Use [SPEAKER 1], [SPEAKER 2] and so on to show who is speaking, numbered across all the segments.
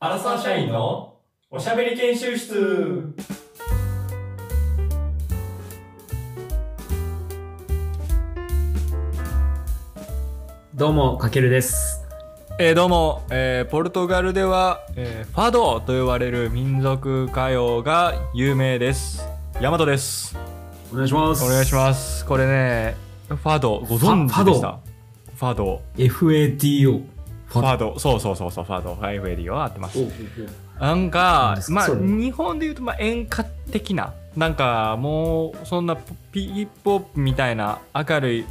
[SPEAKER 1] アラサー社員のおしゃべり研修室
[SPEAKER 2] どうも、かけるです。
[SPEAKER 3] えーどうも、えーポルトガルでは、えーファドと呼ばれる民族歌謡が有名ですヤマトです
[SPEAKER 2] お願いします。
[SPEAKER 3] お願いし
[SPEAKER 2] す。
[SPEAKER 3] ますこれねファドご存知でしたファド
[SPEAKER 2] FATO。
[SPEAKER 3] ファドそうそうそうそうファドはいフェリーは合ってます
[SPEAKER 2] お
[SPEAKER 3] なん
[SPEAKER 2] 何
[SPEAKER 3] か
[SPEAKER 2] ですか
[SPEAKER 3] まあ
[SPEAKER 2] それ
[SPEAKER 3] 日本で言うとまあ演歌的ななんかもうそんなピーポップみたいな明るい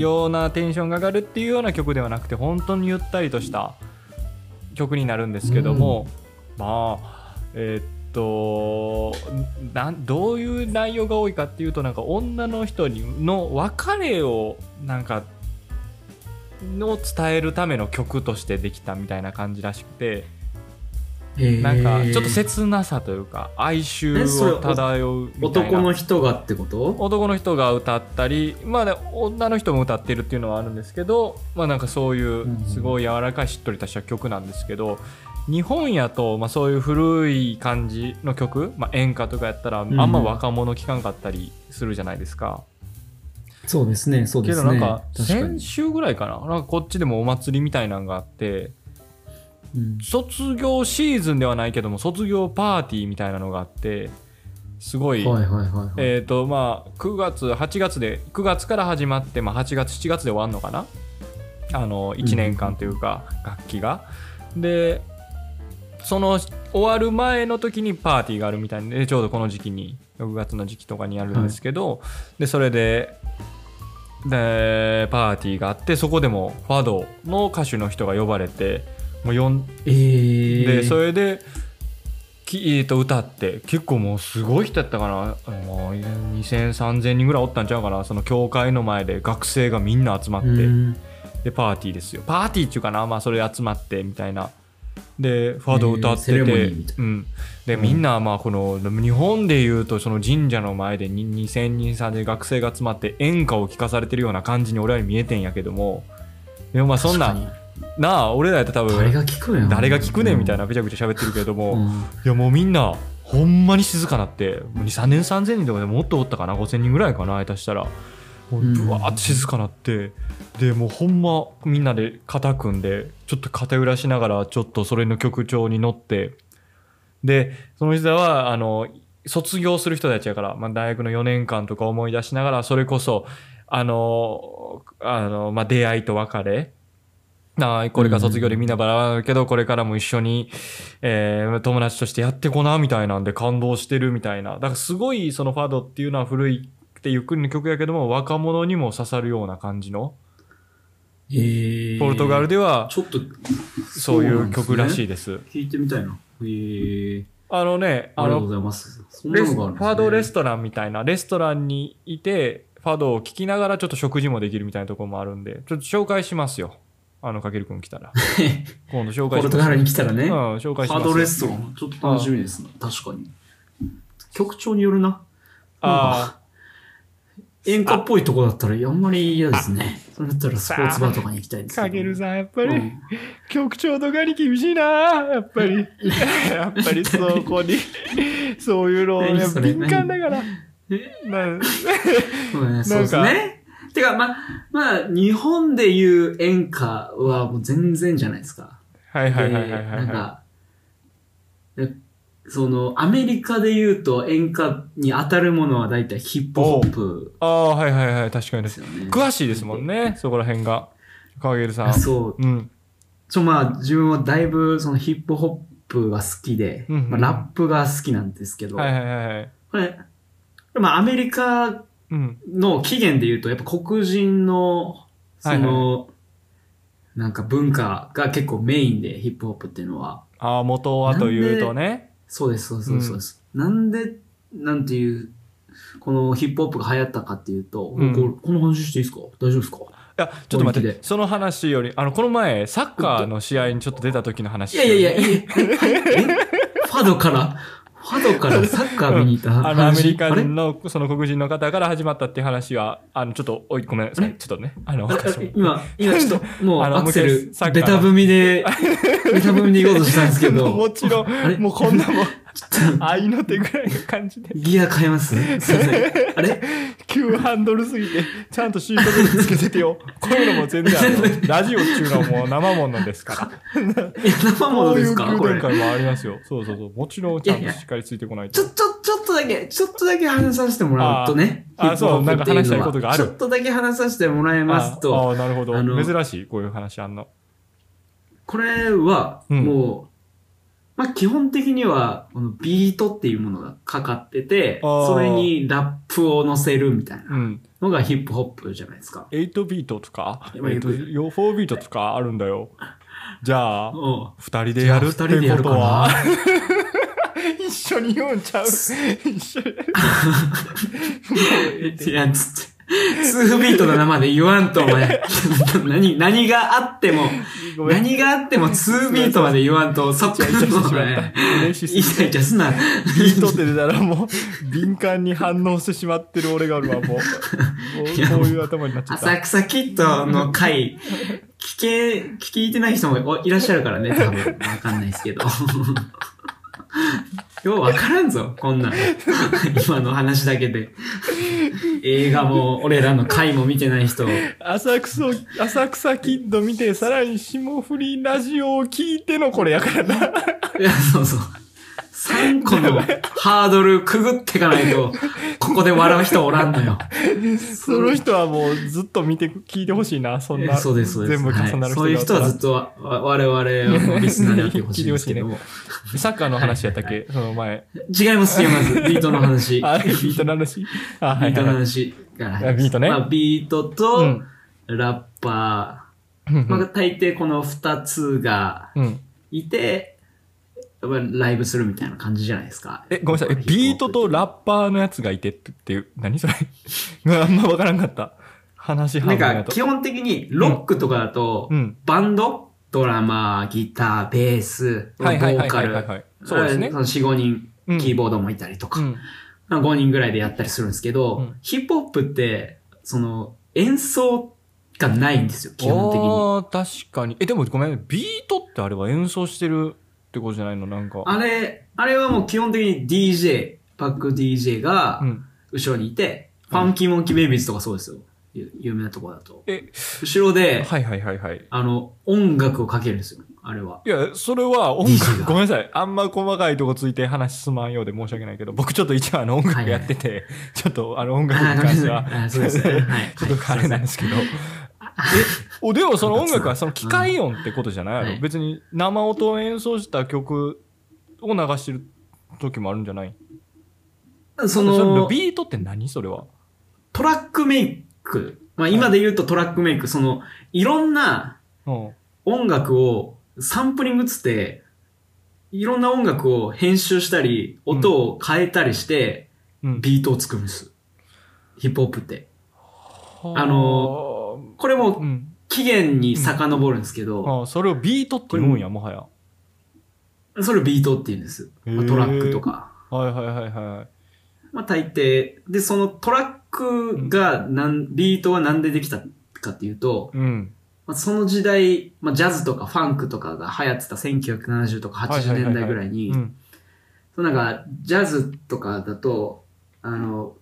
[SPEAKER 3] ようなテンションが上がるっていうような曲ではなくて本当にゆったりとした曲になるんですけども、まあえーっとなんどういう内容が多いかっていうとなんか女の人にの別れをなんかの伝えるための曲としてできたみたいな感じらしくてなんかちょっと切なさというか哀愁
[SPEAKER 2] えそれ
[SPEAKER 3] を漂うみたいな
[SPEAKER 2] 男の人がってこと
[SPEAKER 3] 男の人が歌ったり、まあね、女の人も歌ってるっていうのはあるんですけど、まあ、なんかそういうすごい柔らかいしっとりとした曲なんですけど日本やと、まあ、そういう古い感じの曲、まあ、演歌とかやったらあん
[SPEAKER 2] ん
[SPEAKER 3] ま若者聴かんかったりするじゃないですか、
[SPEAKER 2] そうですね、そうで
[SPEAKER 3] け
[SPEAKER 2] す
[SPEAKER 3] ど
[SPEAKER 2] ね。
[SPEAKER 3] なんか
[SPEAKER 2] 確か
[SPEAKER 3] 先
[SPEAKER 2] に
[SPEAKER 3] 週ぐらいかななんかこっちでもお祭りみたいなのがあって
[SPEAKER 2] うん
[SPEAKER 3] 卒業シーズンではないけども卒業パーティーみたいなのがあってすごい
[SPEAKER 2] はいはいはいはい。
[SPEAKER 3] えーとまあ、9月8月で9月から始まって、まあ、8月7月で終わるのかなあの1年間というか、楽器がでその終わる前の時にパーティーがあるみたいでちょうどこの時期に6月の時期とかにやるんですけど、でそれででパーティーがあってそこでもファドの歌手の人が呼ばれてもう呼ん
[SPEAKER 2] えー
[SPEAKER 3] でそれでき、えーと歌って結構もうすごい人やったかなあの20003000人ぐらいおったんちゃうかなその教会の前で学生がみんな集まって
[SPEAKER 2] うん
[SPEAKER 3] でパーティーですよパーティーっていうかなまあそれ集まってみたいなでファド歌ってて、
[SPEAKER 2] えーセレモニーみたい
[SPEAKER 3] うん、でみんなまあこの日本でいうとその神社の前でに2000人さんで学生が集まって演歌を聴かされてるような感じに俺らに見えてんやけどもでもまあそんな
[SPEAKER 2] 確か
[SPEAKER 3] なあ俺らやったら多
[SPEAKER 2] に誰
[SPEAKER 3] 分
[SPEAKER 2] が聞くねん
[SPEAKER 3] 誰が聞くねんみたい
[SPEAKER 2] な。
[SPEAKER 3] なぐちゃぐちゃ喋ってるけれども、
[SPEAKER 2] う
[SPEAKER 3] い
[SPEAKER 2] ん
[SPEAKER 3] やもうみんなほんまに静かなって23年3000人とかでもっとおったかな5000人ぐらいかな下手したらもう
[SPEAKER 2] うん
[SPEAKER 3] ぶわーって静かなって、でもうほんまみんなで肩組んでちょっと肩揺らしながらちょっとそれの曲調に乗ってでその人らはあの卒業する人たちやから、まあ、大学の4年間とか思い出しながらそれこそあのあの、まあ、出会いと別れなあこれから卒業でみんなバラバラだけど、これからも一緒に、えー友達としてやってこなみたいなんで感動してるみたいなだからすごいそのファドっていうのは古いってゆっくりの曲やけども若者にも刺さるような感じの
[SPEAKER 2] えー
[SPEAKER 3] ポルトガルでは
[SPEAKER 2] ちょっと、
[SPEAKER 3] そういう曲らしい
[SPEAKER 2] で
[SPEAKER 3] です。
[SPEAKER 2] すね。聞いてみたいな。えー
[SPEAKER 3] あのね
[SPEAKER 2] あ
[SPEAKER 3] あ
[SPEAKER 2] りがと
[SPEAKER 3] の
[SPEAKER 2] うございます。そんな
[SPEAKER 3] レス
[SPEAKER 2] の
[SPEAKER 3] フ
[SPEAKER 2] があるんですね
[SPEAKER 3] ァドレストランみたいなレストランにいてファドを聴きながらちょっと食事もできるみたいなところもあるんでちょっと紹介しますよあのかけるくん来 たら今度紹
[SPEAKER 2] ポ
[SPEAKER 3] 介します
[SPEAKER 2] ルトガルに来たらね。
[SPEAKER 3] うん紹介し
[SPEAKER 2] ハ
[SPEAKER 3] ま
[SPEAKER 2] ー
[SPEAKER 3] す
[SPEAKER 2] ドレストラン、ちょっと楽しみですね。確かに。曲調によるな。
[SPEAKER 3] あ
[SPEAKER 2] 演歌っぽいとこだったら、あんまり嫌ですね。それだったらスポーツバーとかに行きたいで
[SPEAKER 3] あ
[SPEAKER 2] すけど
[SPEAKER 3] かけるさんやっぱ
[SPEAKER 2] う
[SPEAKER 3] り、
[SPEAKER 2] ん
[SPEAKER 3] 局長とかに厳しいなやっぱ りやっぱりそこにそういうの
[SPEAKER 2] 何
[SPEAKER 3] やっ
[SPEAKER 2] そ
[SPEAKER 3] ぱ
[SPEAKER 2] れ
[SPEAKER 3] 敏感だからな
[SPEAKER 2] そうねそうですね。てか、ま、まあ、日本でいう演歌はもう全然じゃないですか。
[SPEAKER 3] はいはいはい
[SPEAKER 2] で
[SPEAKER 3] はいは
[SPEAKER 2] ないん
[SPEAKER 3] は
[SPEAKER 2] か、えその、アメリカで言うと演歌に当たるものは大体ヒップホップ
[SPEAKER 3] いああはいはいはい確かに
[SPEAKER 2] で
[SPEAKER 3] ですす
[SPEAKER 2] よね。
[SPEAKER 3] 詳しいですもんねそこら辺がかけるさん
[SPEAKER 2] そ
[SPEAKER 3] う
[SPEAKER 2] う。
[SPEAKER 3] ん
[SPEAKER 2] ちょ、まあ、自分はだいぶそのヒップホップが好きで、
[SPEAKER 3] うんうん
[SPEAKER 2] まあ、ラップが好きなんですけど、
[SPEAKER 3] はいはいはいはい
[SPEAKER 2] これ、まあ、アメリカ
[SPEAKER 3] うん
[SPEAKER 2] の起源で言うと、やっぱ黒人の、その、なんか文化が結構メインで、ヒップホップっていうのは。
[SPEAKER 3] ああ元はというとね
[SPEAKER 2] そうです、そうです、そうですそうです。なんで、なんていう、このヒップホップが流行ったかっていうと、
[SPEAKER 3] うん
[SPEAKER 2] ここの話していいですか大丈夫ですか
[SPEAKER 3] いやちょっと待っ
[SPEAKER 2] 本
[SPEAKER 3] て
[SPEAKER 2] 気で
[SPEAKER 3] その話よりあのこの前サッカーの試合にちょっと出た時の話
[SPEAKER 2] いやいやいや、いいえええファドから、フハドからサッカー見に行った話
[SPEAKER 3] あのアメリカ
[SPEAKER 2] あれ
[SPEAKER 3] 人のその黒人の方から始まったっていう話はあのちょっとおいごめんなさ
[SPEAKER 2] あれ
[SPEAKER 3] いちょっとねあの
[SPEAKER 2] あ
[SPEAKER 3] 私も
[SPEAKER 2] 今、今ちょっと、もう
[SPEAKER 3] あの
[SPEAKER 2] アクセ
[SPEAKER 3] もう一
[SPEAKER 2] ル
[SPEAKER 3] 回サッカ、ー
[SPEAKER 2] ベタ踏みで、ベタ踏みで行こうとしたんですけど、
[SPEAKER 3] もちろん
[SPEAKER 2] あれ
[SPEAKER 3] もうこんなもん
[SPEAKER 2] ちょっと
[SPEAKER 3] 愛の手ぐらいの感じで
[SPEAKER 2] ギア変えますね。すいません。あれ
[SPEAKER 3] 急ハンドルすぎてちゃんとシートベルトつけてて よこういうのも全然あのラジオっていうのはもう生ものですから
[SPEAKER 2] いや生
[SPEAKER 3] こ
[SPEAKER 2] もの
[SPEAKER 3] う
[SPEAKER 2] で
[SPEAKER 3] い
[SPEAKER 2] す
[SPEAKER 3] う
[SPEAKER 2] か
[SPEAKER 3] 空
[SPEAKER 2] これ
[SPEAKER 3] 展。開もありますよそうそうそうもちろんちゃんとしっかりついてこない
[SPEAKER 2] ち
[SPEAKER 3] と
[SPEAKER 2] ょ、ちょ、ちょっとだけ、ちょっとだけ話させてもらうとね。
[SPEAKER 3] あーあー
[SPEAKER 2] ヒップホップ
[SPEAKER 3] そうなんか話したいことがある
[SPEAKER 2] っていうのはちょっとだけ話させてもらいます
[SPEAKER 3] あ
[SPEAKER 2] と、
[SPEAKER 3] あーなるほど
[SPEAKER 2] あの
[SPEAKER 3] 珍しいこういう話あんの
[SPEAKER 2] これは、
[SPEAKER 3] うん
[SPEAKER 2] もう、まあ、基本的には、このビートっていうものがかかってて、
[SPEAKER 3] あー
[SPEAKER 2] それにラップを乗せるみたいな
[SPEAKER 3] うん
[SPEAKER 2] のがヒップホップじゃないですか。
[SPEAKER 3] 8ビートとか、え
[SPEAKER 2] やっぱ
[SPEAKER 3] ー、とよ4ビートとかあるんだよじゃあ
[SPEAKER 2] うん
[SPEAKER 3] 2人でやるって
[SPEAKER 2] じゃあ二人でや
[SPEAKER 3] こ
[SPEAKER 2] る
[SPEAKER 3] と
[SPEAKER 2] か
[SPEAKER 3] は
[SPEAKER 2] な
[SPEAKER 3] 一緒に言うんちゃ う一緒に
[SPEAKER 2] いや、つって。数ビートの生で言わんと、お前。 何、何があっても、
[SPEAKER 3] ごめん
[SPEAKER 2] 何があっても2ビートまで言わんと、サッカ
[SPEAKER 3] イチャイチャしてしまった
[SPEAKER 2] ーの、イ
[SPEAKER 3] 嬉し
[SPEAKER 2] チ
[SPEAKER 3] す
[SPEAKER 2] ャイチャすな。
[SPEAKER 3] ビートって出たらもう敏感に反応してしまってる俺があるわもうもうこういう頭になっちゃった
[SPEAKER 2] 浅草キッドの回、聞け、聞いてない人もいらっしゃるからね、多分。わかんないですけど。 ようわからんぞ、こん なん。今の話だけで。映画も、俺らの回も見てない人。
[SPEAKER 3] 浅草浅草キッド見てさらに霜降りラジオを聞いてのこれやからない
[SPEAKER 2] や、そうそう。3個のハードルくぐってかないと、ここで笑う人おらんのよ。
[SPEAKER 3] その人はもうずっと見て聞いてほしいなそんな
[SPEAKER 2] そうです、そうです。
[SPEAKER 3] 全部重なる人
[SPEAKER 2] はいそういう人は
[SPEAKER 3] だっ
[SPEAKER 2] ずっとわ我々のリスナーであってほしいんですけども。
[SPEAKER 3] たらサッカーの話やったっけその前
[SPEAKER 2] 違います、違います。ビートの話。ビ
[SPEAKER 3] あビ
[SPEAKER 2] ー
[SPEAKER 3] ートの話あはい
[SPEAKER 2] ト
[SPEAKER 3] はいは
[SPEAKER 2] の
[SPEAKER 3] い
[SPEAKER 2] 話から入り
[SPEAKER 3] あビー
[SPEAKER 2] ます
[SPEAKER 3] トね
[SPEAKER 2] まあ、ビートと、
[SPEAKER 3] うん
[SPEAKER 2] ラッパ
[SPEAKER 3] うんう
[SPEAKER 2] ー。まあ、
[SPEAKER 3] ん
[SPEAKER 2] 大抵この2つが
[SPEAKER 3] うん
[SPEAKER 2] いて、やっぱりライブするみたいな感じじゃないですか。
[SPEAKER 3] え、ごめんなさい。えビートとラッパーのやつがいてってっていう、何それ あんまわからんかった。話
[SPEAKER 2] な
[SPEAKER 3] 半
[SPEAKER 2] ん
[SPEAKER 3] 分や
[SPEAKER 2] か
[SPEAKER 3] と。
[SPEAKER 2] 基本的にロックとかだと、
[SPEAKER 3] うん。
[SPEAKER 2] バンドドラマー、ギター、ベース、ボ
[SPEAKER 3] はいはいは
[SPEAKER 2] ー
[SPEAKER 3] い
[SPEAKER 2] カ
[SPEAKER 3] はい
[SPEAKER 2] ル
[SPEAKER 3] はい、はい。そうですね
[SPEAKER 2] あ。の4、5人、
[SPEAKER 3] うん
[SPEAKER 2] キーボードもいたりと
[SPEAKER 3] う
[SPEAKER 2] か、
[SPEAKER 3] ん。
[SPEAKER 2] まあ5人ぐらいでやったりするんですけど、
[SPEAKER 3] うん
[SPEAKER 2] ヒップホップって、その、演奏がないんですよ、基本的に。
[SPEAKER 3] あー確かに。え、でもごめんね。ビートってあれは演奏してるってことじゃないのなんか。
[SPEAKER 2] あれ、あれはもう基本的に DJ、バック DJ が
[SPEAKER 3] うん。
[SPEAKER 2] 後ろにいて、
[SPEAKER 3] うん
[SPEAKER 2] ファンキーモンキーベイビーズとかそうですよ。ゆ有名なとこだと。
[SPEAKER 3] え、
[SPEAKER 2] 後ろで、
[SPEAKER 3] はいはいはいはい。
[SPEAKER 2] あの、音楽をかけるんですよ、あれは。
[SPEAKER 3] いや、それは音
[SPEAKER 2] DJ
[SPEAKER 3] 楽、
[SPEAKER 2] が
[SPEAKER 3] ごめんなさい。あんま細かいとこついて話すまんようで申し訳ないけど、僕ちょっと一応あの音楽やってて、ちょっとあの音楽
[SPEAKER 2] あ
[SPEAKER 3] に
[SPEAKER 2] ごめ
[SPEAKER 3] 関
[SPEAKER 2] ん
[SPEAKER 3] して
[SPEAKER 2] な
[SPEAKER 3] は
[SPEAKER 2] さい。あそうですね。はい。
[SPEAKER 3] ちょっとあれなんですけど。えおでもその音楽はその機械音ってことじゃないあ
[SPEAKER 2] は
[SPEAKER 3] の
[SPEAKER 2] い
[SPEAKER 3] 別に生音を演奏した曲を流してる時もあるんじゃない
[SPEAKER 2] そ
[SPEAKER 3] それ
[SPEAKER 2] の、
[SPEAKER 3] ビートって何それは。
[SPEAKER 2] トラックメイク。まあ今で言うとトラックメイク、その、いろんな
[SPEAKER 3] うん。
[SPEAKER 2] 音楽をサンプリングっつって、いろんな音楽を編集したり、
[SPEAKER 3] うん
[SPEAKER 2] 音を変えたりして、
[SPEAKER 3] うん、
[SPEAKER 2] ビートを作るんです。ヒップホップって。
[SPEAKER 3] は
[SPEAKER 2] あのこれ
[SPEAKER 3] う
[SPEAKER 2] も
[SPEAKER 3] ん。
[SPEAKER 2] 起源に遡るんですけど、
[SPEAKER 3] あそれをビートって言うんや、もはや。
[SPEAKER 2] それをビートって言うんです。
[SPEAKER 3] へ
[SPEAKER 2] まあ
[SPEAKER 3] ー
[SPEAKER 2] トラックとか。
[SPEAKER 3] はいはいはいはい。
[SPEAKER 2] まあ大抵。で、そのトラックがなん、ビートはなんでできたかっていうと、
[SPEAKER 3] うん。
[SPEAKER 2] まあ、その時代、まあ、ジャズとかファンクとかが流行ってた1970とか80年代ぐらいに
[SPEAKER 3] う、ん。
[SPEAKER 2] そのなんか、ジャズとかだと、あの、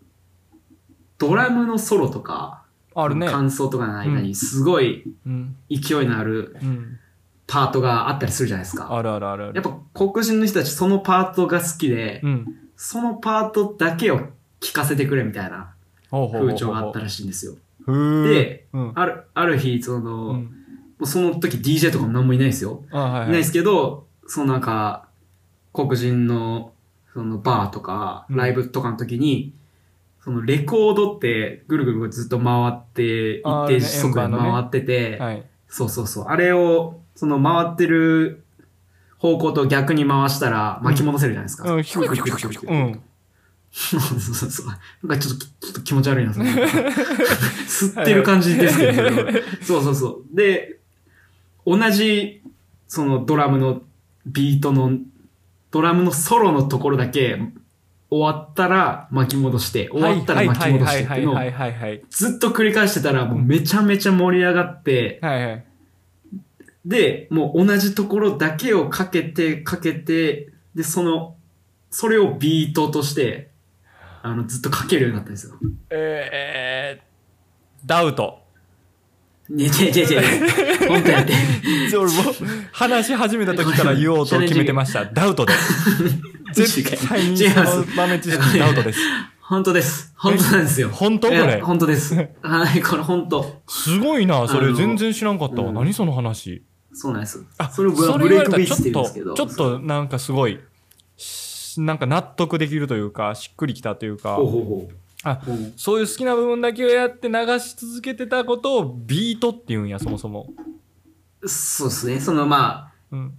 [SPEAKER 2] ドラムのソロとか、
[SPEAKER 3] あるね。
[SPEAKER 2] 感想とかの間
[SPEAKER 3] う
[SPEAKER 2] に、すごい
[SPEAKER 3] うん。
[SPEAKER 2] 勢いのある
[SPEAKER 3] うん。
[SPEAKER 2] パートがあったりするじゃないですか。
[SPEAKER 3] あるあるあるあ
[SPEAKER 2] やっ
[SPEAKER 3] る。
[SPEAKER 2] ぱ黒人の人たちそのパートが好きで、
[SPEAKER 3] うん。
[SPEAKER 2] そのパートだけを聴かせてくれみたいな
[SPEAKER 3] ほうほうほうほう
[SPEAKER 2] 風潮があったらしいんですよ。
[SPEAKER 3] ふー
[SPEAKER 2] で、
[SPEAKER 3] うん。
[SPEAKER 2] ある、ある日、その、
[SPEAKER 3] う
[SPEAKER 2] も
[SPEAKER 3] ん
[SPEAKER 2] うその時 DJ とかも何もいないですよ。
[SPEAKER 3] あはいはい
[SPEAKER 2] いないですけど、そのなんか、黒人の、そのバーとか、
[SPEAKER 3] うん
[SPEAKER 2] ライブとかの時に、そのレコードってぐるぐるぐるずっと回って、
[SPEAKER 3] あ
[SPEAKER 2] 一
[SPEAKER 3] ー
[SPEAKER 2] 定速度
[SPEAKER 3] 円盤
[SPEAKER 2] で
[SPEAKER 3] のね
[SPEAKER 2] 回ってて、
[SPEAKER 3] はい。
[SPEAKER 2] そうそうそう。あれを、その回ってる方向と逆に回したら巻き戻せるじゃないですか。
[SPEAKER 3] うん、ひくひくひくひくひく。うん。
[SPEAKER 2] そうそうそう。なんかちょっと、ちょっと気持ち悪いな、そ の吸ってる感じですけど、そうそうそう。で、同じ、そのドラムのビートのドラムのソロのところだけ、終わったら巻き戻して、終わったら巻き戻してっていうのを
[SPEAKER 3] はいはいはい
[SPEAKER 2] ずっと繰り返してたら、もうめちゃめちゃ盛り上がって、
[SPEAKER 3] はいはいはい
[SPEAKER 2] で、もう同じところだけをかけて、かけて、で、その、それをビートとして、あの、ずっとかけるようになったんですよ。
[SPEAKER 3] えー、ダウト
[SPEAKER 2] ねちぇちぇちぇ。本当やって。
[SPEAKER 3] 俺も話し始めた時から言おうと決めてましたダウトです絶対に
[SPEAKER 2] 違い
[SPEAKER 3] そ
[SPEAKER 2] ま
[SPEAKER 3] の
[SPEAKER 2] す
[SPEAKER 3] 豆知識ダウトです
[SPEAKER 2] 本当です。本当なんですよ。
[SPEAKER 3] 本当こ
[SPEAKER 2] いや
[SPEAKER 3] れ
[SPEAKER 2] 本当です。はい、これ本当。
[SPEAKER 3] すごいなそ
[SPEAKER 2] あ
[SPEAKER 3] れ
[SPEAKER 2] の
[SPEAKER 3] 全然知らんかったわ、
[SPEAKER 2] うん
[SPEAKER 3] 何その話
[SPEAKER 2] そうなんです。
[SPEAKER 3] あ
[SPEAKER 2] それをブ
[SPEAKER 3] それ言
[SPEAKER 2] ブレ
[SPEAKER 3] わ
[SPEAKER 2] イ
[SPEAKER 3] れ
[SPEAKER 2] ク
[SPEAKER 3] た
[SPEAKER 2] ビ
[SPEAKER 3] らちょ
[SPEAKER 2] ーツって
[SPEAKER 3] っ
[SPEAKER 2] 言うんですけ
[SPEAKER 3] と
[SPEAKER 2] ど。
[SPEAKER 3] ちょっとなんかすごいしなんか納得できるというかしっくりきたというか
[SPEAKER 2] ほうほうほう。
[SPEAKER 3] あ
[SPEAKER 2] ほう
[SPEAKER 3] そういう好きな部分だけをやって流し続けてたことをビートっていうんやそもそも、
[SPEAKER 2] そうですね。そのま
[SPEAKER 3] うん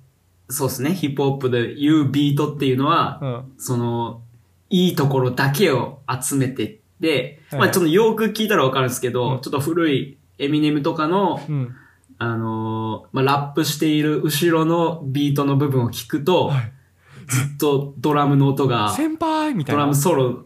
[SPEAKER 2] あ、そうですね。ヒップホップで言うビートっていうのは、
[SPEAKER 3] うん、
[SPEAKER 2] その、いいところだけを集めてって、
[SPEAKER 3] はい
[SPEAKER 2] まあちょっとよく聞いたらわかるんですけど、
[SPEAKER 3] うん
[SPEAKER 2] ちょっと古いエミネムとかの、
[SPEAKER 3] うん、
[SPEAKER 2] あのーまあラップしている後ろのビートの部分を聞くと、
[SPEAKER 3] はい
[SPEAKER 2] ずっとドラムの音が、
[SPEAKER 3] 先輩みたい
[SPEAKER 2] ドラ
[SPEAKER 3] な
[SPEAKER 2] ム
[SPEAKER 3] 聞
[SPEAKER 2] ソロ、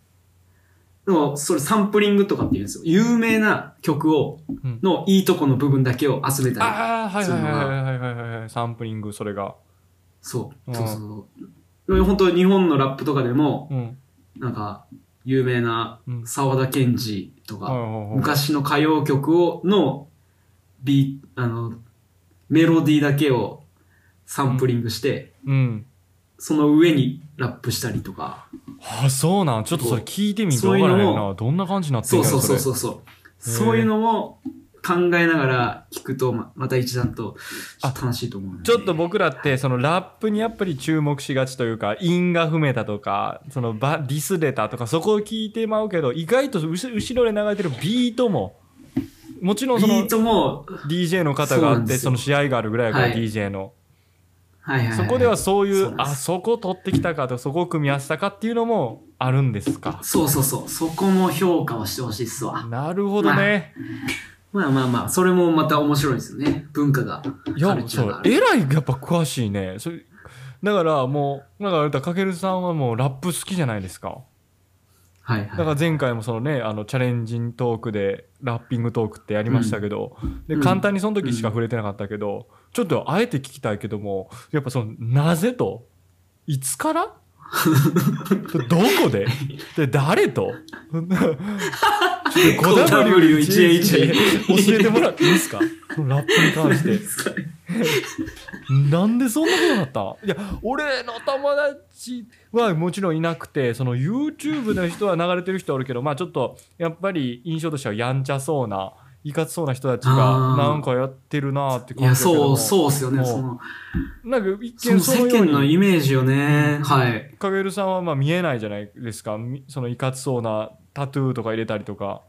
[SPEAKER 2] でも、それサンプリングとかって言うんですよ。有名な曲を
[SPEAKER 3] うん、
[SPEAKER 2] のいいとこの部分だけを集めたり。
[SPEAKER 3] ああはいはいはいはいはいはいサンプリングそれが
[SPEAKER 2] そ
[SPEAKER 3] う
[SPEAKER 2] う。
[SPEAKER 3] ん
[SPEAKER 2] そうそう。でも本当日本のラップとかでも、
[SPEAKER 3] うん
[SPEAKER 2] なんか、有名な
[SPEAKER 3] うん
[SPEAKER 2] 沢田研二と
[SPEAKER 3] はい
[SPEAKER 2] か、
[SPEAKER 3] はいはい
[SPEAKER 2] 昔の歌謡曲を、の、ビあの、メロディーだけをサンプリングして、
[SPEAKER 3] うん
[SPEAKER 2] その上にラップしたりとか。
[SPEAKER 3] あそうなんちょっとそれ聞いてみて
[SPEAKER 2] そう
[SPEAKER 3] わ
[SPEAKER 2] いう
[SPEAKER 3] か
[SPEAKER 2] の
[SPEAKER 3] ら
[SPEAKER 2] も
[SPEAKER 3] へんなどんな感じになってん
[SPEAKER 2] そう
[SPEAKER 3] の
[SPEAKER 2] そうそう
[SPEAKER 3] れ
[SPEAKER 2] そうそう。
[SPEAKER 3] へー
[SPEAKER 2] そういうのも考えながら聞くとままた一段とちょっと楽しいと思うので。
[SPEAKER 3] ちょっと僕らってそのラップにやっぱり注目しがちというか韻が踏めたとかそのバディスれたとかそこを聞いてまうけど意外と後後ろで流れてるビートももちろん
[SPEAKER 2] ビ
[SPEAKER 3] その
[SPEAKER 2] ートも、
[SPEAKER 3] DJ の方があ
[SPEAKER 2] そうな
[SPEAKER 3] っ
[SPEAKER 2] ん
[SPEAKER 3] て
[SPEAKER 2] です
[SPEAKER 3] そ
[SPEAKER 2] よ
[SPEAKER 3] の試合があるぐらいやから
[SPEAKER 2] はい
[SPEAKER 3] DJ の
[SPEAKER 2] はいはいい、
[SPEAKER 3] そこではそうい
[SPEAKER 2] そううなん
[SPEAKER 3] あ
[SPEAKER 2] です
[SPEAKER 3] そこ取ってきたかとかそこを組み合わせたかっていうのもあるんですか
[SPEAKER 2] そうそうそう。そこも評価をしてほしいっすわ。
[SPEAKER 3] なるほどね。
[SPEAKER 2] まあまあまあ、それもまた面白いですよね。文化が。
[SPEAKER 3] い
[SPEAKER 2] カ
[SPEAKER 3] や
[SPEAKER 2] ル、チャ
[SPEAKER 3] そ
[SPEAKER 2] ーが
[SPEAKER 3] う
[SPEAKER 2] あ。る
[SPEAKER 3] えらいやっぱ詳しいね。それだからもう、だからあれだ、かけるさんはもうラップ好きじゃないですか。
[SPEAKER 2] はい
[SPEAKER 3] だか
[SPEAKER 2] は
[SPEAKER 3] ら前回もそのね、あの、チャレンジントークで、ラッピングトークってやりましたけど、
[SPEAKER 2] う
[SPEAKER 3] で、
[SPEAKER 2] ん
[SPEAKER 3] 簡単にその時しか触れてなかったけど、ちょっとあえて聞きたいけども、やっぱその、なぜと、いつからどこでで、誰 と
[SPEAKER 2] 5W1H
[SPEAKER 3] 教えてもらっていいですかそのラップに関して。
[SPEAKER 2] い。
[SPEAKER 3] なんでそんなことになったいや俺の友達はもちろんいなくてその YouTube の人は流れてる人はおるけどまあちょっとやっぱり印象としてはやんちゃそうないかつそうな人たちが
[SPEAKER 2] あー
[SPEAKER 3] なんかやってるなって
[SPEAKER 2] い
[SPEAKER 3] 感
[SPEAKER 2] や、
[SPEAKER 3] じだけど
[SPEAKER 2] そ
[SPEAKER 3] も
[SPEAKER 2] う、そうっすよね。
[SPEAKER 3] もう
[SPEAKER 2] その、
[SPEAKER 3] なんか一
[SPEAKER 2] そ
[SPEAKER 3] 見
[SPEAKER 2] の
[SPEAKER 3] その
[SPEAKER 2] 世
[SPEAKER 3] よ
[SPEAKER 2] 間の
[SPEAKER 3] うに
[SPEAKER 2] イメージよね。はい。
[SPEAKER 3] かげるさんはまあ見えないじゃないですかみそのいかつそうなタトゥーとか入れたりとか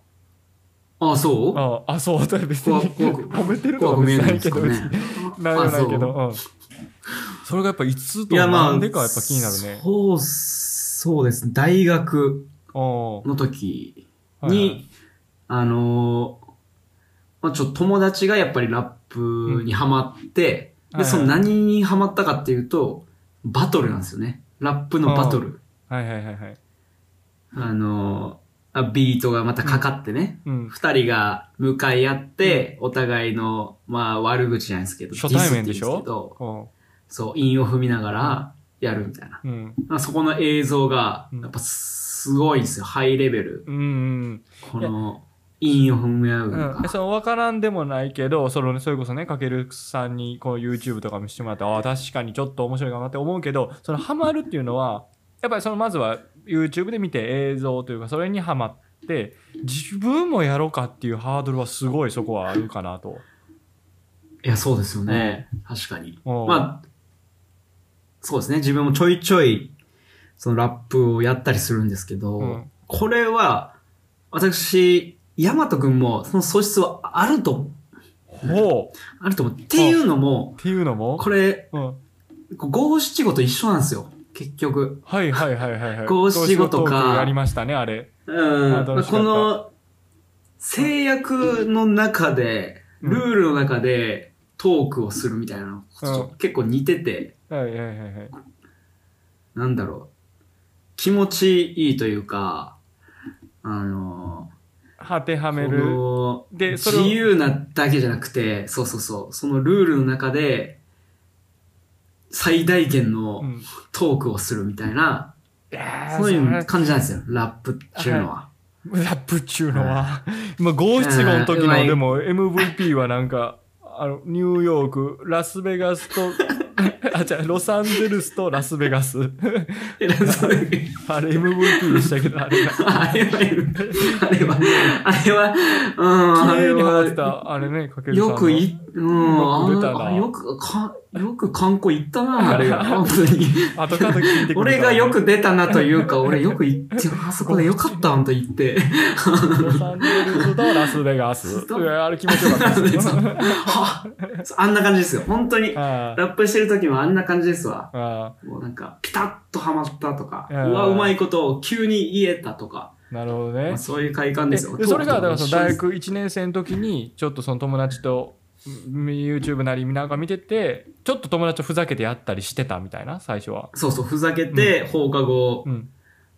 [SPEAKER 2] あ、そう
[SPEAKER 3] ああそうだ別に
[SPEAKER 2] 怖く怖く
[SPEAKER 3] 褒めてると
[SPEAKER 2] 怖
[SPEAKER 3] か
[SPEAKER 2] く見え
[SPEAKER 3] 別にない
[SPEAKER 2] なん
[SPEAKER 3] い
[SPEAKER 2] です
[SPEAKER 3] け
[SPEAKER 2] か
[SPEAKER 3] ど
[SPEAKER 2] ね
[SPEAKER 3] 別に。ない
[SPEAKER 2] あ
[SPEAKER 3] はない
[SPEAKER 2] そう
[SPEAKER 3] けど、うん、それがやっぱいつと
[SPEAKER 2] いやまあ
[SPEAKER 3] なんでかやっぱ気になるね。
[SPEAKER 2] そう、そうですね。大学
[SPEAKER 3] おー
[SPEAKER 2] の時
[SPEAKER 3] はいはい
[SPEAKER 2] に、あのー、まあ、ちょっと友達がやっぱりラップにハマっ
[SPEAKER 3] う
[SPEAKER 2] て、
[SPEAKER 3] ん
[SPEAKER 2] で、
[SPEAKER 3] はいはい
[SPEAKER 2] その何にハマったかっていうと、バトルなんですよね。ラップのバトル。
[SPEAKER 3] はいはいはいはい。
[SPEAKER 2] あのーあビートがまたかかってね。
[SPEAKER 3] うん。
[SPEAKER 2] 二人が向かい合って、お互いの、まあ、悪口じゃないですけど、
[SPEAKER 3] 初対面でしょ
[SPEAKER 2] ディスって言うんですけど
[SPEAKER 3] お
[SPEAKER 2] そう、韻を踏みながらやるみたいな。
[SPEAKER 3] ううん。
[SPEAKER 2] まあそこの映像が
[SPEAKER 3] うん、
[SPEAKER 2] やっぱすごいんですよ。ハイレベル。
[SPEAKER 3] うんうん。
[SPEAKER 2] この、韻を踏み合う
[SPEAKER 3] う
[SPEAKER 2] の
[SPEAKER 3] ん。え
[SPEAKER 2] が。
[SPEAKER 3] その分からんでもないけど、そのそれこそね、かけるさんにこう YouTube とか見せてもらって、ああ、確かにちょっと面白いかなって思うけど、そのハマるっていうのは、やっぱりそのまずは YouTube で見て映像というか、それにハマって、自分もやろうかっていうハードルはすごいそこはあるかなと。
[SPEAKER 2] いや、そうですよね。確かに。
[SPEAKER 3] うん
[SPEAKER 2] まあ、そうですね。自分もちょいちょい、そのラップをやったりするんですけど、
[SPEAKER 3] うん
[SPEAKER 2] これは、私、ヤマト君もその素質はあると、
[SPEAKER 3] ほう
[SPEAKER 2] あると思う。っていうのも、
[SPEAKER 3] っていうのも
[SPEAKER 2] これ、
[SPEAKER 3] うん、
[SPEAKER 2] 五五七五と一緒なんですよ。結局。
[SPEAKER 3] はいはいはいはいはい
[SPEAKER 2] こう仕事
[SPEAKER 3] こ
[SPEAKER 2] か
[SPEAKER 3] う仕トークやりましたねあれ
[SPEAKER 2] うん
[SPEAKER 3] あ楽しかった
[SPEAKER 2] この制約の中で、
[SPEAKER 3] うん
[SPEAKER 2] ルールの中でトークをするみたいなことと結構似てて、
[SPEAKER 3] はいはいはいはい
[SPEAKER 2] なんだろう。気持ちいいというか、あの、
[SPEAKER 3] はては
[SPEAKER 2] こ
[SPEAKER 3] める
[SPEAKER 2] の
[SPEAKER 3] でそれを
[SPEAKER 2] 自由なだけじゃなくて、そうそうそう、そのルールの中で最大限
[SPEAKER 3] う
[SPEAKER 2] の
[SPEAKER 3] ん
[SPEAKER 2] トークをするみたいな、
[SPEAKER 3] いやー
[SPEAKER 2] そうい
[SPEAKER 3] それ
[SPEAKER 2] う感じなんですよ、ラップっていうのは。
[SPEAKER 3] ラップっちゅうのは、 まあ五七五の時
[SPEAKER 2] うんうま
[SPEAKER 3] の、
[SPEAKER 2] い
[SPEAKER 3] でも MVP はなんか、あの、ニューヨーク、ラスベガスと、 あ、じゃロサンゼルスとラスベガス。 あれ MVP でしたけど、あれが。
[SPEAKER 2] あれは、あれは、あれは、うん、あ
[SPEAKER 3] 綺
[SPEAKER 2] れ
[SPEAKER 3] 麗に
[SPEAKER 2] は
[SPEAKER 3] 話せ、た、あれね、かけるさん
[SPEAKER 2] よ
[SPEAKER 3] の
[SPEAKER 2] くい、うん、あ
[SPEAKER 3] よく出たな
[SPEAKER 2] のよく、か、よく観光行ったな、あれが、本当に。
[SPEAKER 3] 後から聞いてくれた
[SPEAKER 2] 俺がよく出たなというか、俺よく行って、あそこでよかったんと言って、
[SPEAKER 3] ロサンゼルスとラスベガ ス。いやあれ気持ちよかったです よ。
[SPEAKER 2] はあんな感じですよ、本当に。
[SPEAKER 3] あ
[SPEAKER 2] ラップしてる時もあんな感じですわ。
[SPEAKER 3] ああ
[SPEAKER 2] もうなんか、ピタッとハマったとか、
[SPEAKER 3] う
[SPEAKER 2] うんわ、うまいことを急に言えたとか、
[SPEAKER 3] あ、なるほど
[SPEAKER 2] ま
[SPEAKER 3] ね
[SPEAKER 2] あ。そういう快感
[SPEAKER 3] え
[SPEAKER 2] ですよ。
[SPEAKER 3] それがだからその大
[SPEAKER 2] トークと
[SPEAKER 3] 学1年生の時にちょっとその友達とん YouTube なりなんか見ててちょっと友達とふざけてやったりしてたみたいな最初は、
[SPEAKER 2] 一緒ですそうそう、ふざけて、放課後、
[SPEAKER 3] うん、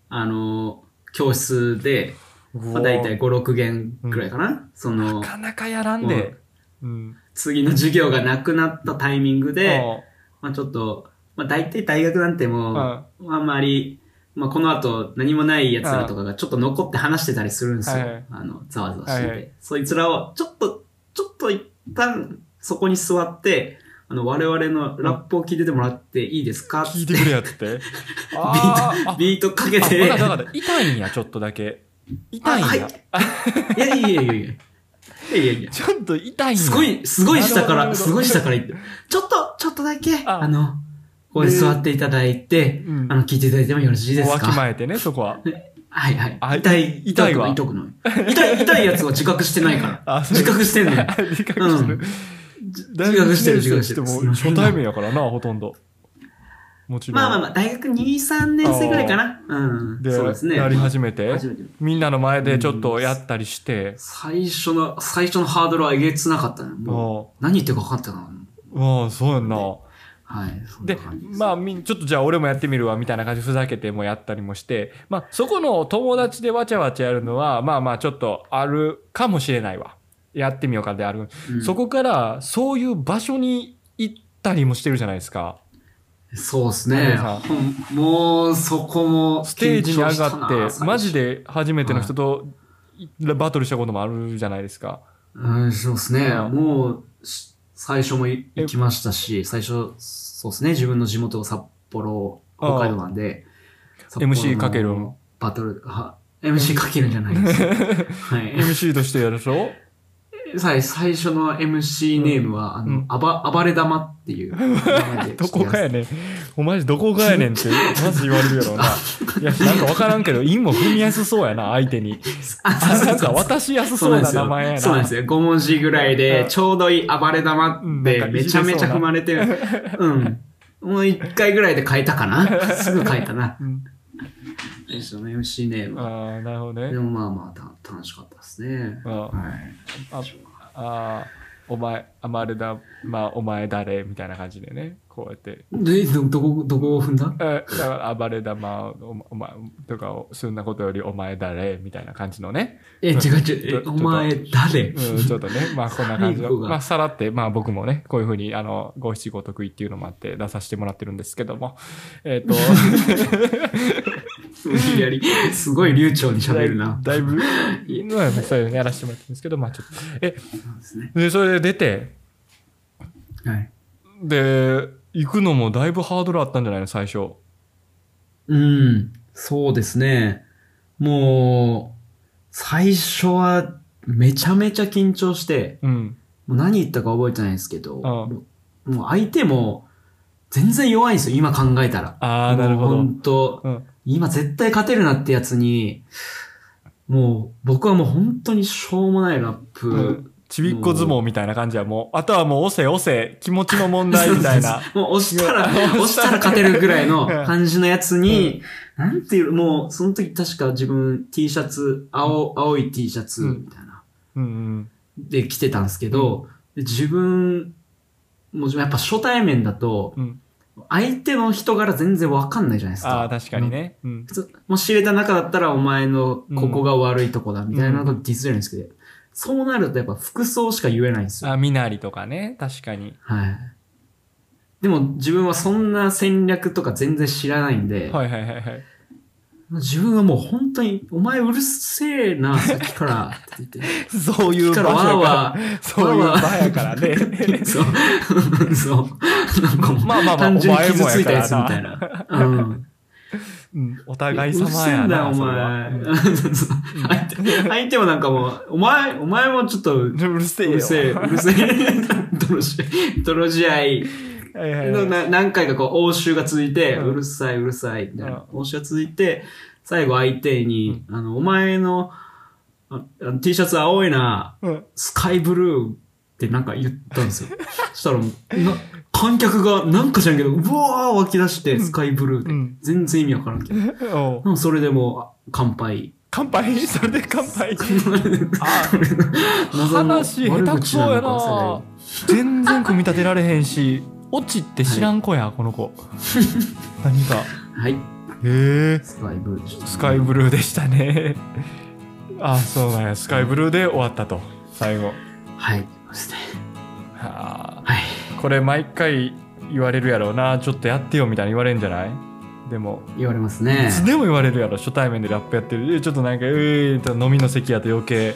[SPEAKER 2] あの、教室で、まあ、大体5、6弦くらいかな、そ
[SPEAKER 3] な
[SPEAKER 2] の、
[SPEAKER 3] かなかやらんで、うん
[SPEAKER 2] 次の授業がなくなったタイミングで、
[SPEAKER 3] あ
[SPEAKER 2] まあちょっと、まあ大体大学なんても
[SPEAKER 3] あ
[SPEAKER 2] う、あんまり、まあこの後何もない奴らとかがちょっと残って話してたりするんですよ。
[SPEAKER 3] はいはい
[SPEAKER 2] あの、ざわざわしてて、
[SPEAKER 3] はいはい
[SPEAKER 2] そいつらを、ちょっと、ちょっと一旦そこに座って、あの、我々のラップを聞いててもらっていいですか
[SPEAKER 3] 聞いてくれやっつって あ
[SPEAKER 2] ビートかけ
[SPEAKER 3] あ
[SPEAKER 2] て。
[SPEAKER 3] 分かった分かった痛いんやちょっとだけ痛いんや、
[SPEAKER 2] いやいやいやいやいや。いやいやいや。
[SPEAKER 3] ちょっと痛いんや
[SPEAKER 2] すごい、すごい下
[SPEAKER 3] なる
[SPEAKER 2] か
[SPEAKER 3] ほ
[SPEAKER 2] ら、
[SPEAKER 3] ど
[SPEAKER 2] すごい下から言って。ちょっと、ちょっとだけ、
[SPEAKER 3] あ
[SPEAKER 2] あの、ここに座っていただいて、
[SPEAKER 3] うん
[SPEAKER 2] あの、聞いていただいてもよろしいで
[SPEAKER 3] お
[SPEAKER 2] す
[SPEAKER 3] わき
[SPEAKER 2] か
[SPEAKER 3] まえてねそこは
[SPEAKER 2] はいはい
[SPEAKER 3] あ。
[SPEAKER 2] 痛い、
[SPEAKER 3] 痛いわ
[SPEAKER 2] 痛くない。痛くない痛い、痛いやつは自覚してない から。
[SPEAKER 3] あ
[SPEAKER 2] 自覚してん のよ。
[SPEAKER 3] 自覚してる。
[SPEAKER 2] 自覚してる
[SPEAKER 3] 大学
[SPEAKER 2] 自覚してる
[SPEAKER 3] もう初対面やからな、ほとんど。もちろん。
[SPEAKER 2] まあまあまあ、大学2、3年生ぐらいかな。うん。
[SPEAKER 3] で、
[SPEAKER 2] そうですね。
[SPEAKER 3] やり始めて、
[SPEAKER 2] 初めて
[SPEAKER 3] みんなの前でちょっとやったりして、
[SPEAKER 2] 最初の、最初のハードルはえげつなかったね。もう、何言ってるか分かってなかった
[SPEAKER 3] ああ、そうやんな。
[SPEAKER 2] はい。そんな
[SPEAKER 3] で
[SPEAKER 2] 感じ、す
[SPEAKER 3] まあ、みんちょっとじゃあ俺もやってみるわ、みたいな感じでふざけてもやったりもして、まあ、そこの友達でわちゃわちゃやるのは、まあまあ、ちょっとあるかもしれないわ。やってみようかである。
[SPEAKER 2] うん
[SPEAKER 3] そこから、そういう場所に行ったりもしてるじゃないですか。
[SPEAKER 2] そうです
[SPEAKER 3] 皆
[SPEAKER 2] ね
[SPEAKER 3] さん。
[SPEAKER 2] ほんもう、そこも、
[SPEAKER 3] ステージに上がって、マジ
[SPEAKER 2] で。
[SPEAKER 3] で初めての人とバトルしたこともあるじゃないですか。
[SPEAKER 2] うん、そうですね。
[SPEAKER 3] うん
[SPEAKER 2] もう、し最初もい行きましたし、最初、そうですね。自分の地元札幌、
[SPEAKER 3] ああ
[SPEAKER 2] 北海道なんで、札幌の
[SPEAKER 3] MC かけるん
[SPEAKER 2] バトル、は、MC かけるんじゃないです。はい。
[SPEAKER 3] MC としてや るでしょ
[SPEAKER 2] 最最初の MC ネームは、あ
[SPEAKER 3] う
[SPEAKER 2] の
[SPEAKER 3] ん、
[SPEAKER 2] あば、暴れ玉っていう名前で。
[SPEAKER 3] どこかやねん。お前どこかやねんって、まず言われるやろうな。いや、なんかわからんけど、陰も踏みやすそうやな、相手に。
[SPEAKER 2] あ
[SPEAKER 3] あ、
[SPEAKER 2] そうそ
[SPEAKER 3] な
[SPEAKER 2] うんそ
[SPEAKER 3] か
[SPEAKER 2] う
[SPEAKER 3] 渡しやす
[SPEAKER 2] そ
[SPEAKER 3] そうう
[SPEAKER 2] なんで
[SPEAKER 3] な
[SPEAKER 2] すよ
[SPEAKER 3] 名前や。な。
[SPEAKER 2] そうなんですよ。5文字ぐらいで
[SPEAKER 3] う、ん
[SPEAKER 2] ちょうどいい暴れ玉
[SPEAKER 3] うん
[SPEAKER 2] で
[SPEAKER 3] なんかい
[SPEAKER 2] め
[SPEAKER 3] じ
[SPEAKER 2] ちゃ
[SPEAKER 3] れそうな
[SPEAKER 2] めちゃ踏まれて、うん。もう1回ぐらいで変えた かなすぐ変えたな。
[SPEAKER 3] うん
[SPEAKER 2] その MC ネームは。
[SPEAKER 3] ああ、なるほど
[SPEAKER 2] で
[SPEAKER 3] ね。
[SPEAKER 2] もまあまあた、楽しかったですね。
[SPEAKER 3] あ
[SPEAKER 2] はい。
[SPEAKER 3] ああー、お前、あまれだ、まあ、お前誰みたいな感じでね、こうやって。
[SPEAKER 2] で、ど、どこ、どこを踏んだ
[SPEAKER 3] えだから暴れ玉おお前とかをそんなことよりお前誰みたいな感じのね、
[SPEAKER 2] え、違う違う。
[SPEAKER 3] ち
[SPEAKER 2] え
[SPEAKER 3] ょ
[SPEAKER 2] お前誰
[SPEAKER 3] うん、ちょっとねまあこんな感じ
[SPEAKER 2] 最
[SPEAKER 3] の、
[SPEAKER 2] 後が
[SPEAKER 3] まあ、さらって、まあ、僕もねこういうふうにあの五七五得意っていうのもあって出させてもらってるんですけどもえっ、と
[SPEAKER 2] 無理やり。すごい流暢に 喋る な。
[SPEAKER 3] だいぶいいのはそういうのやらせてもらってるんですけどまあちょっとえ
[SPEAKER 2] そうですね。
[SPEAKER 3] でそれで出て
[SPEAKER 2] はい。
[SPEAKER 3] で行くのもだいぶハードルあったんじゃないの最初
[SPEAKER 2] うん、そうですね。もう、最初はめちゃめちゃ緊張して、
[SPEAKER 3] うん
[SPEAKER 2] もう何言ったか覚えてないんですけど、
[SPEAKER 3] あ
[SPEAKER 2] もう相手も全然弱いんですよ、今考えたら。
[SPEAKER 3] ああなるほど
[SPEAKER 2] 本当
[SPEAKER 3] うん
[SPEAKER 2] 今絶対勝てるなってやつに、もう僕はもう本当にしょうもないラップ、
[SPEAKER 3] うんちびっこ相撲みたいな感じはもう、あとはもう押せ押せ、気持ちの問題み たいな。
[SPEAKER 2] もう押したら、押したら勝てるぐらいの感じのやつに、なんていう、もう、その時確か自分 T シャツ、青、青い T シャツみたいな、
[SPEAKER 3] うんうん。
[SPEAKER 2] で着てたんですけど、で自分、もうやっぱ初対面だと
[SPEAKER 3] うん、
[SPEAKER 2] 相手の人柄全然わかんないじゃないですか。
[SPEAKER 3] ああ、確かにね。うん
[SPEAKER 2] 普。通、もう知れた中だったらお前のここが悪いとこだみたいなことディスれるんですけど、そうなるとやっぱ服装しか言えないんですよ。
[SPEAKER 3] あ、みなりとかね。確かに。
[SPEAKER 2] はい。でも自分はそんな戦略とか全然知らないんで、
[SPEAKER 3] はいはいはいはい。
[SPEAKER 2] 自分はもう本当に、お前うるせえな、さっきから、って言って。
[SPEAKER 3] そういう
[SPEAKER 2] か
[SPEAKER 3] 場
[SPEAKER 2] ら
[SPEAKER 3] 所
[SPEAKER 2] わ
[SPEAKER 3] や
[SPEAKER 2] ーわ
[SPEAKER 3] から。 そういう場やから ね。
[SPEAKER 2] ー。そう。 そう。なんかもう、
[SPEAKER 3] まあまあまあ、お
[SPEAKER 2] 単純に
[SPEAKER 3] 前
[SPEAKER 2] 傷
[SPEAKER 3] も
[SPEAKER 2] つい
[SPEAKER 3] やか
[SPEAKER 2] たや
[SPEAKER 3] ら
[SPEAKER 2] つみたい
[SPEAKER 3] な。
[SPEAKER 2] な。うん。
[SPEAKER 3] うんお
[SPEAKER 2] う
[SPEAKER 3] 互
[SPEAKER 2] る
[SPEAKER 3] い
[SPEAKER 2] せえ
[SPEAKER 3] 様や
[SPEAKER 2] んだよ、
[SPEAKER 3] な。
[SPEAKER 2] お
[SPEAKER 3] それはうん
[SPEAKER 2] 前。そう相手、相手もなんかもう、お前、お前もちょっと、
[SPEAKER 3] うるせえ
[SPEAKER 2] う
[SPEAKER 3] よ。
[SPEAKER 2] るせえ、うるせ え。 泥試合、泥試合
[SPEAKER 3] はいはいはい
[SPEAKER 2] のな何回かこう応酬が続いて、
[SPEAKER 3] うん
[SPEAKER 2] うるさい、うるさい、みたいな。応酬が続いて、最後相手に、あの、お前のああの T シャツ青いな、
[SPEAKER 3] うん
[SPEAKER 2] スカイブルーってなんか言ったん ですよ。そしたらもう、な観客がなんか知らんけど、うわー湧き出して、スカイブルーで。
[SPEAKER 3] うん
[SPEAKER 2] 全然意味わからんけど。
[SPEAKER 3] おう
[SPEAKER 2] でもそれでもう、乾杯。
[SPEAKER 3] 乾杯それで乾杯あ
[SPEAKER 2] 謎の悪
[SPEAKER 3] 話下手く
[SPEAKER 2] 口な
[SPEAKER 3] そや
[SPEAKER 2] のか忘れ
[SPEAKER 3] な全然組み立てられへんし落ちって知らん子や、この子何が
[SPEAKER 2] ないはい。
[SPEAKER 3] へえ
[SPEAKER 2] スカイブルー。
[SPEAKER 3] スカイブルーでしたねあそうなんやスカイブルーで終わったと最後
[SPEAKER 2] はい。そうですね
[SPEAKER 3] はあ
[SPEAKER 2] はい。
[SPEAKER 3] これ毎回言われるやろうなちょっとやってよみたいに言われるんじゃないでも
[SPEAKER 2] 言われますね
[SPEAKER 3] い。つでも言われるやろ初対面でラップやってるえちょっとなんかええと飲みの席やと余計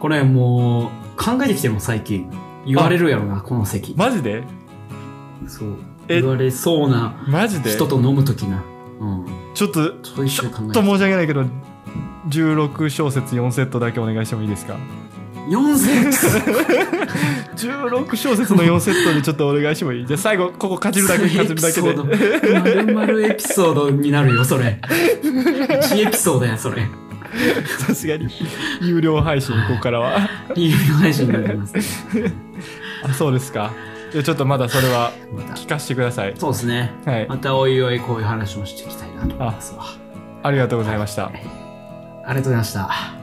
[SPEAKER 2] これもう、考えてきても最近。言われるやろな、この席。
[SPEAKER 3] マジで
[SPEAKER 2] そう。
[SPEAKER 3] え
[SPEAKER 2] 言われそうな
[SPEAKER 3] マジで
[SPEAKER 2] 人と飲むときな。うん。
[SPEAKER 3] ちょっと
[SPEAKER 2] ちょっと一緒に考え
[SPEAKER 3] ちょ
[SPEAKER 2] て
[SPEAKER 3] っと申し訳ないけど16小節4セットだけお願いしてもいいですか
[SPEAKER 2] 4セット
[SPEAKER 3] 16小節の4セットでちょっとお願いしてもいいじゃあ最後ここかじるだけかじるだけで
[SPEAKER 2] で。まるエピソードになるよ、それ。1エピソードや、それ。
[SPEAKER 3] さすがに有料配信ここからは
[SPEAKER 2] 理由の配信になります。
[SPEAKER 3] あそうですかじゃあちょっとまだそれは
[SPEAKER 2] また。
[SPEAKER 3] 聞かせてください
[SPEAKER 2] そうですね。
[SPEAKER 3] はい
[SPEAKER 2] またおいおいこういう話もしていきたいなと思いますわ。
[SPEAKER 3] ありがとうございました
[SPEAKER 2] ありがとうございました。